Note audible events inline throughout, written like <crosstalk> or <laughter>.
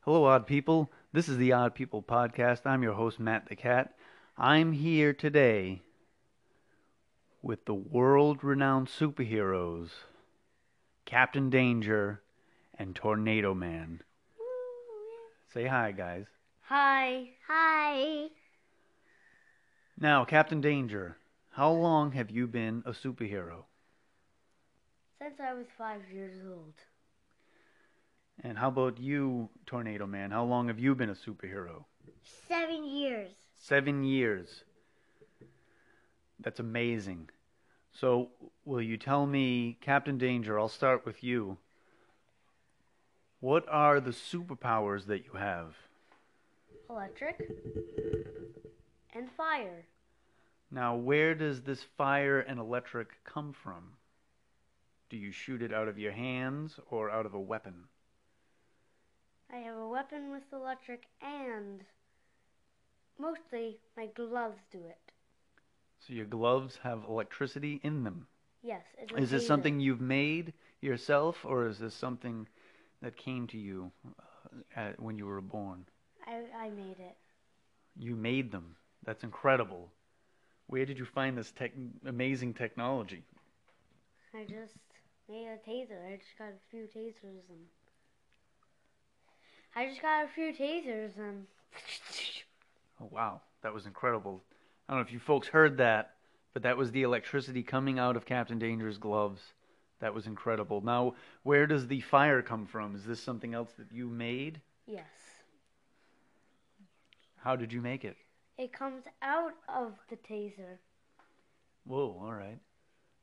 Hello, odd people. This is the Odd People Podcast. I'm your host, Matt the Cat. I'm here today with the world renowned superheroes, Captain Danger and Tornado Man. Say hi, guys. Hi. Hi. Now, Captain Danger, how long have you been a superhero? Since I was five years old. And how about you, Tornado Man? How long have you been a superhero? Seven years. Seven years. That's amazing. So, will you tell me, Captain Danger, I'll start with you. What are the superpowers that you have? Electric. And fire. Now, where does this fire and electric come from? Do you shoot it out of your hands or out of a weapon? I have a weapon with electric and mostly my gloves do it. So, your gloves have electricity in them. Yes. It Is this amazing. something you've made yourself, or is this something that came to you uh, at, when you were born? I, I made it. You made them. That's incredible. Where did you find this tech- amazing technology? I just made a taser. I just got a few tasers and. I just got a few tasers and. <laughs> Oh, wow. That was incredible. I don't know if you folks heard that, but that was the electricity coming out of Captain Danger's gloves. That was incredible. Now, where does the fire come from? Is this something else that you made? Yes. How did you make it? It comes out of the taser. Whoa, all right.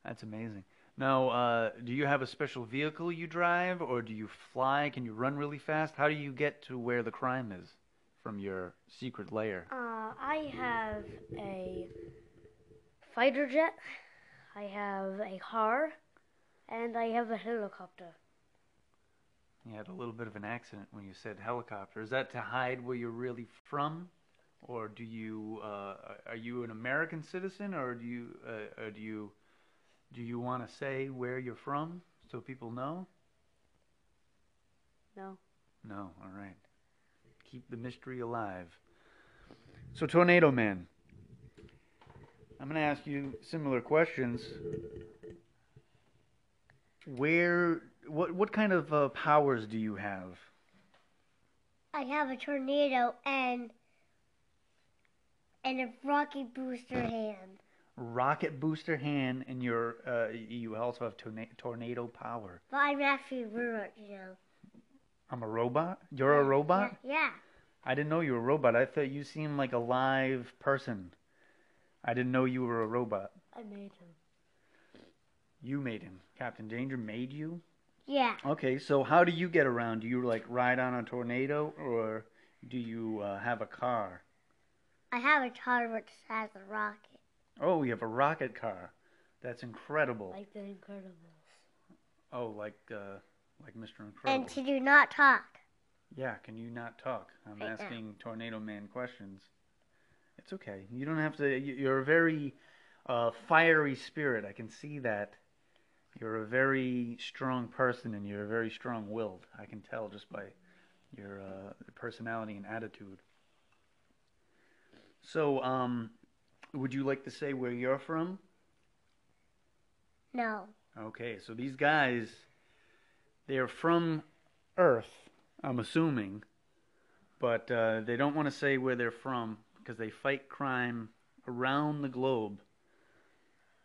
That's amazing. Now, uh, do you have a special vehicle you drive, or do you fly? Can you run really fast? How do you get to where the crime is from your secret lair? Uh, I have a fighter jet, I have a car, and I have a helicopter. You had a little bit of an accident when you said helicopter. Is that to hide where you're really from, or do you uh, are you an American citizen, or do you uh, or do you do you want to say where you're from so people know? No. No, all right. Keep the mystery alive. So, Tornado Man, I'm going to ask you similar questions. Where, what, what kind of uh, powers do you have? I have a tornado and and a rocket booster hand. Rocket booster hand, and your, uh, you also have torna- tornado power. But I'm actually a robot, you know. I'm a robot. You're a robot. Yeah. I didn't know you were a robot. I thought you seemed like a live person. I didn't know you were a robot. I made him. You made him. Captain Danger made you? Yeah. Okay, so how do you get around? Do you like ride on a tornado or do you uh, have a car? I have a car which has a rocket. Oh, you have a rocket car. That's incredible. Like the Incredibles. oh, like uh, like Mr. Incredible. And she do not talk. yeah, can you not talk? I'm Right now. asking Tornado Man questions. It's okay. You don't have to. y- You're a very uh, fiery spirit. I can see that. You're a very strong person and you're very strong willed. I can tell just by your uh, personality and attitude. So, um, would you like to say where you're from? No. Okay, so these guys, they are from Earth, I'm assuming, but uh, they don't want to say where they're from because they fight crime around the globe.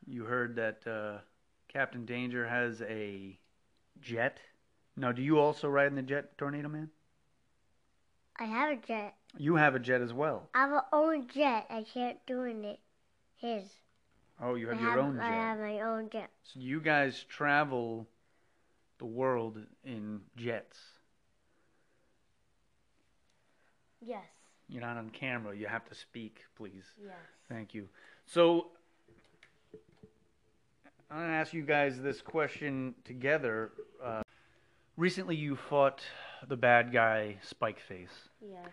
You heard that uh, Captain Danger has a jet. Now, do you also ride in the jet, Tornado Man? I have a jet. You have a jet as well. I have a own jet. I can't do it. His. Oh, you have I your have, own jet. I have my own jet. So you guys travel the world in jets. Yes. You're not on camera. You have to speak, please. Yes. Thank you. So I'm going to ask you guys this question together. Uh, recently, you fought the bad guy Spikeface. Yes.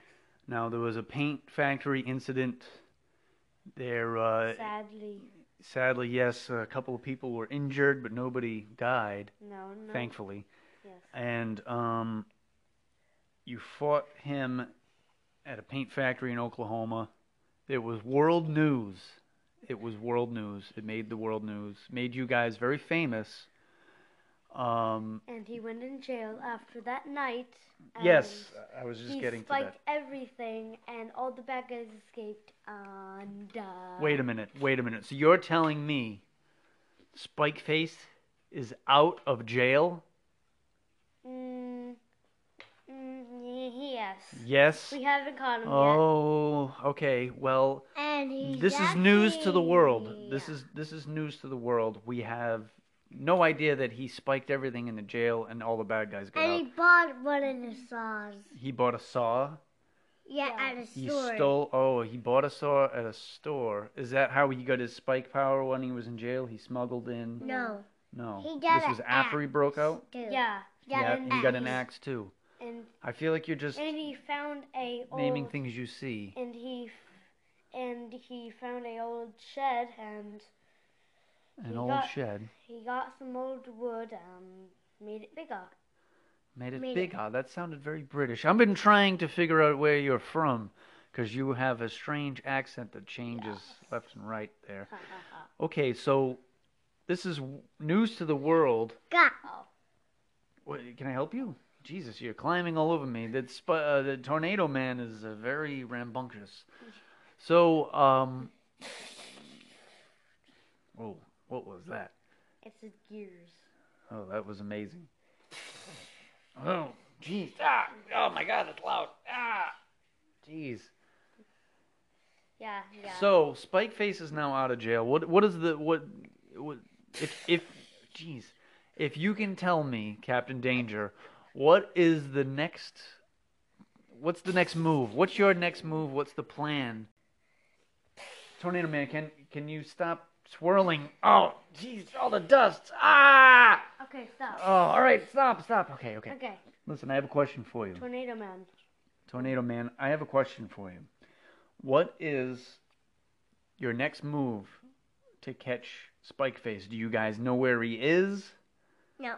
Now there was a paint factory incident. There, uh, Sadly, sadly, yes, a couple of people were injured, but nobody died, no, no. thankfully. Yes. And um, You fought him at a paint factory in Oklahoma. It was world news. It was world news. It made the world news. Made you guys very famous. Um, And he went in jail after that night. and yes, I was just he getting to that. spiked everything, and all the bad guys escaped. And uh, Wait a minute. Wait a minute. So you're telling me Spikeface is out of jail? Mm, mm, y- yes. Yes. We haven't caught him yet. Oh, okay. Well, And he's this is news to the world. happy. This is this is news to the world. We have no idea that he spiked everything in the jail and all the bad guys got And out. he bought one of the saws. He bought a saw. Yeah, Yeah. at a He store. stole. Oh, he bought a saw at a store. Is that how he got his spike power when he was in jail? He smuggled in. No. No, He got this an was after he broke out. Dude. Yeah, Yeah, an he got an axe. axe too. and I feel like you're just and he Oh. found a old naming things you see. and he f- and he found a old shed and An he old got- shed he got some old wood and made it bigger. made it made it- bigger. That sounded very British. I've been trying to figure out where you're from, because you have a strange accent that changes left and right there. Okay, so this is w- news to the world. Got. Oh, What, can I help you? Jesus, you're climbing all over me. That sp- uh, the tornado man is uh, very rambunctious. So, um, oh, what was that? it's his gears. Oh, that was amazing. Oh, jeez. Ah, oh my God, that's loud. Ah, jeez. Yeah, yeah. So Spikeface is now out of jail. What? What is the what? What? If if, jeez, if you can tell me, Captain Danger, what is the next? What's the next move? What's your next move? What's the plan? Tornado Man, can can you stop swirling? Oh, jeez, all the dust. Ah. okay, stop. Oh, all right, stop, stop. Okay, okay. okay, Listen, I have a question for you. tornado man. Tornado Man, I have a question for you. What is your next move to catch Spikeface? Do you guys know where he is? No.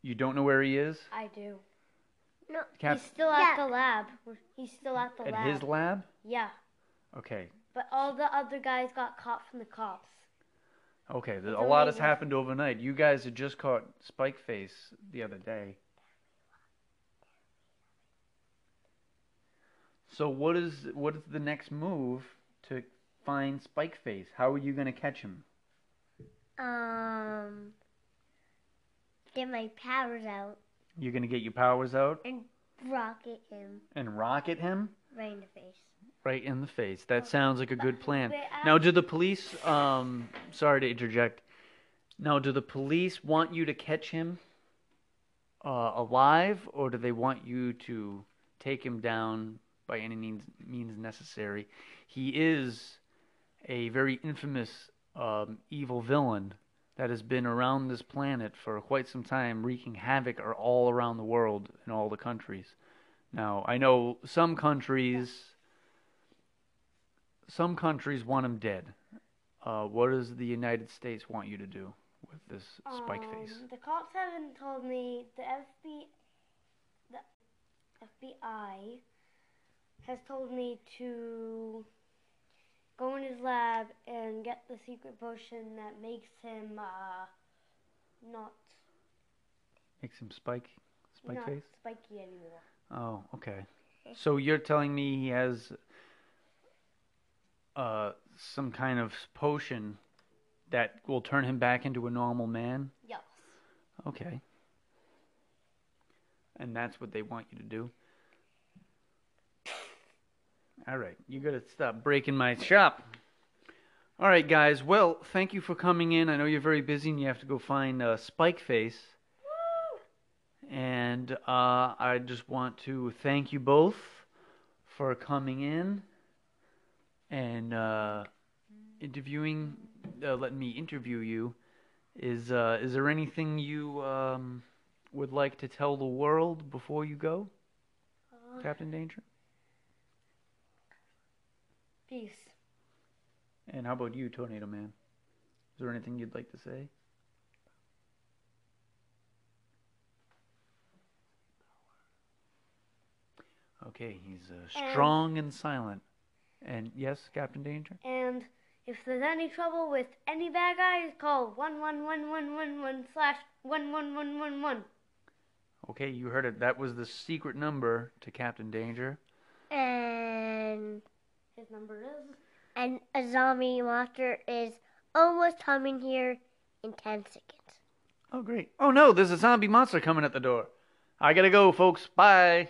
You don't know where he is? I do. No. Cap- he's still at Yeah. the lab. He's still at the At lab. his lab? yeah, Okay. but all the other guys got caught from the cops. Okay, th- It's a lot has amazing. happened overnight. You guys had just caught Spikeface the other day. So what is what is the next move to find Spikeface? How are you going to catch him? Um. Get my powers out You're going to get your powers out and rocket him and rocket him right in the face. right in the face. That sounds like a good plan. But I- Now, do the police um sorry to interject. Now, do the police want you to catch him uh, alive or do they want you to take him down by any means means necessary? He is a very infamous um, evil villain that has been around this planet for quite some time, wreaking havoc are all around the world in all the countries. Now, I know some countries, some countries want him dead. Uh, what does the United States want you to do with this spike face? Um, The cops haven't told me. The FB, the FBI has told me to go in his lab and get the secret potion that makes him uh, not Makes him spike, spike not face. spiky anymore. Oh, okay. So you're telling me he has uh, some kind of potion that will turn him back into a normal man? Yes. Okay. And that's what they want you to do? All right, you gotta stop breaking my shop. All right, guys. Well, thank you for coming in. I know you're very busy and you have to go find uh, Spikeface. And uh, I just want to thank you both for coming in and uh, interviewing, uh, letting me interview you. Is uh, is there anything you um, would like to tell the world before you go, Uh, Captain Danger? peace. And how about you, Tornado Man? Is there anything you'd like to say? Okay, he's uh, And- strong and silent. And yes, Captain Danger? And if there's any trouble with any bad guys, call one one one one one one slash one one one one one. Okay, you heard it. That was the secret number to Captain Danger. And His number is and a zombie monster is almost coming here in ten seconds. Oh, great. Oh, no, there's a zombie monster coming at the door. I gotta go, folks. Bye.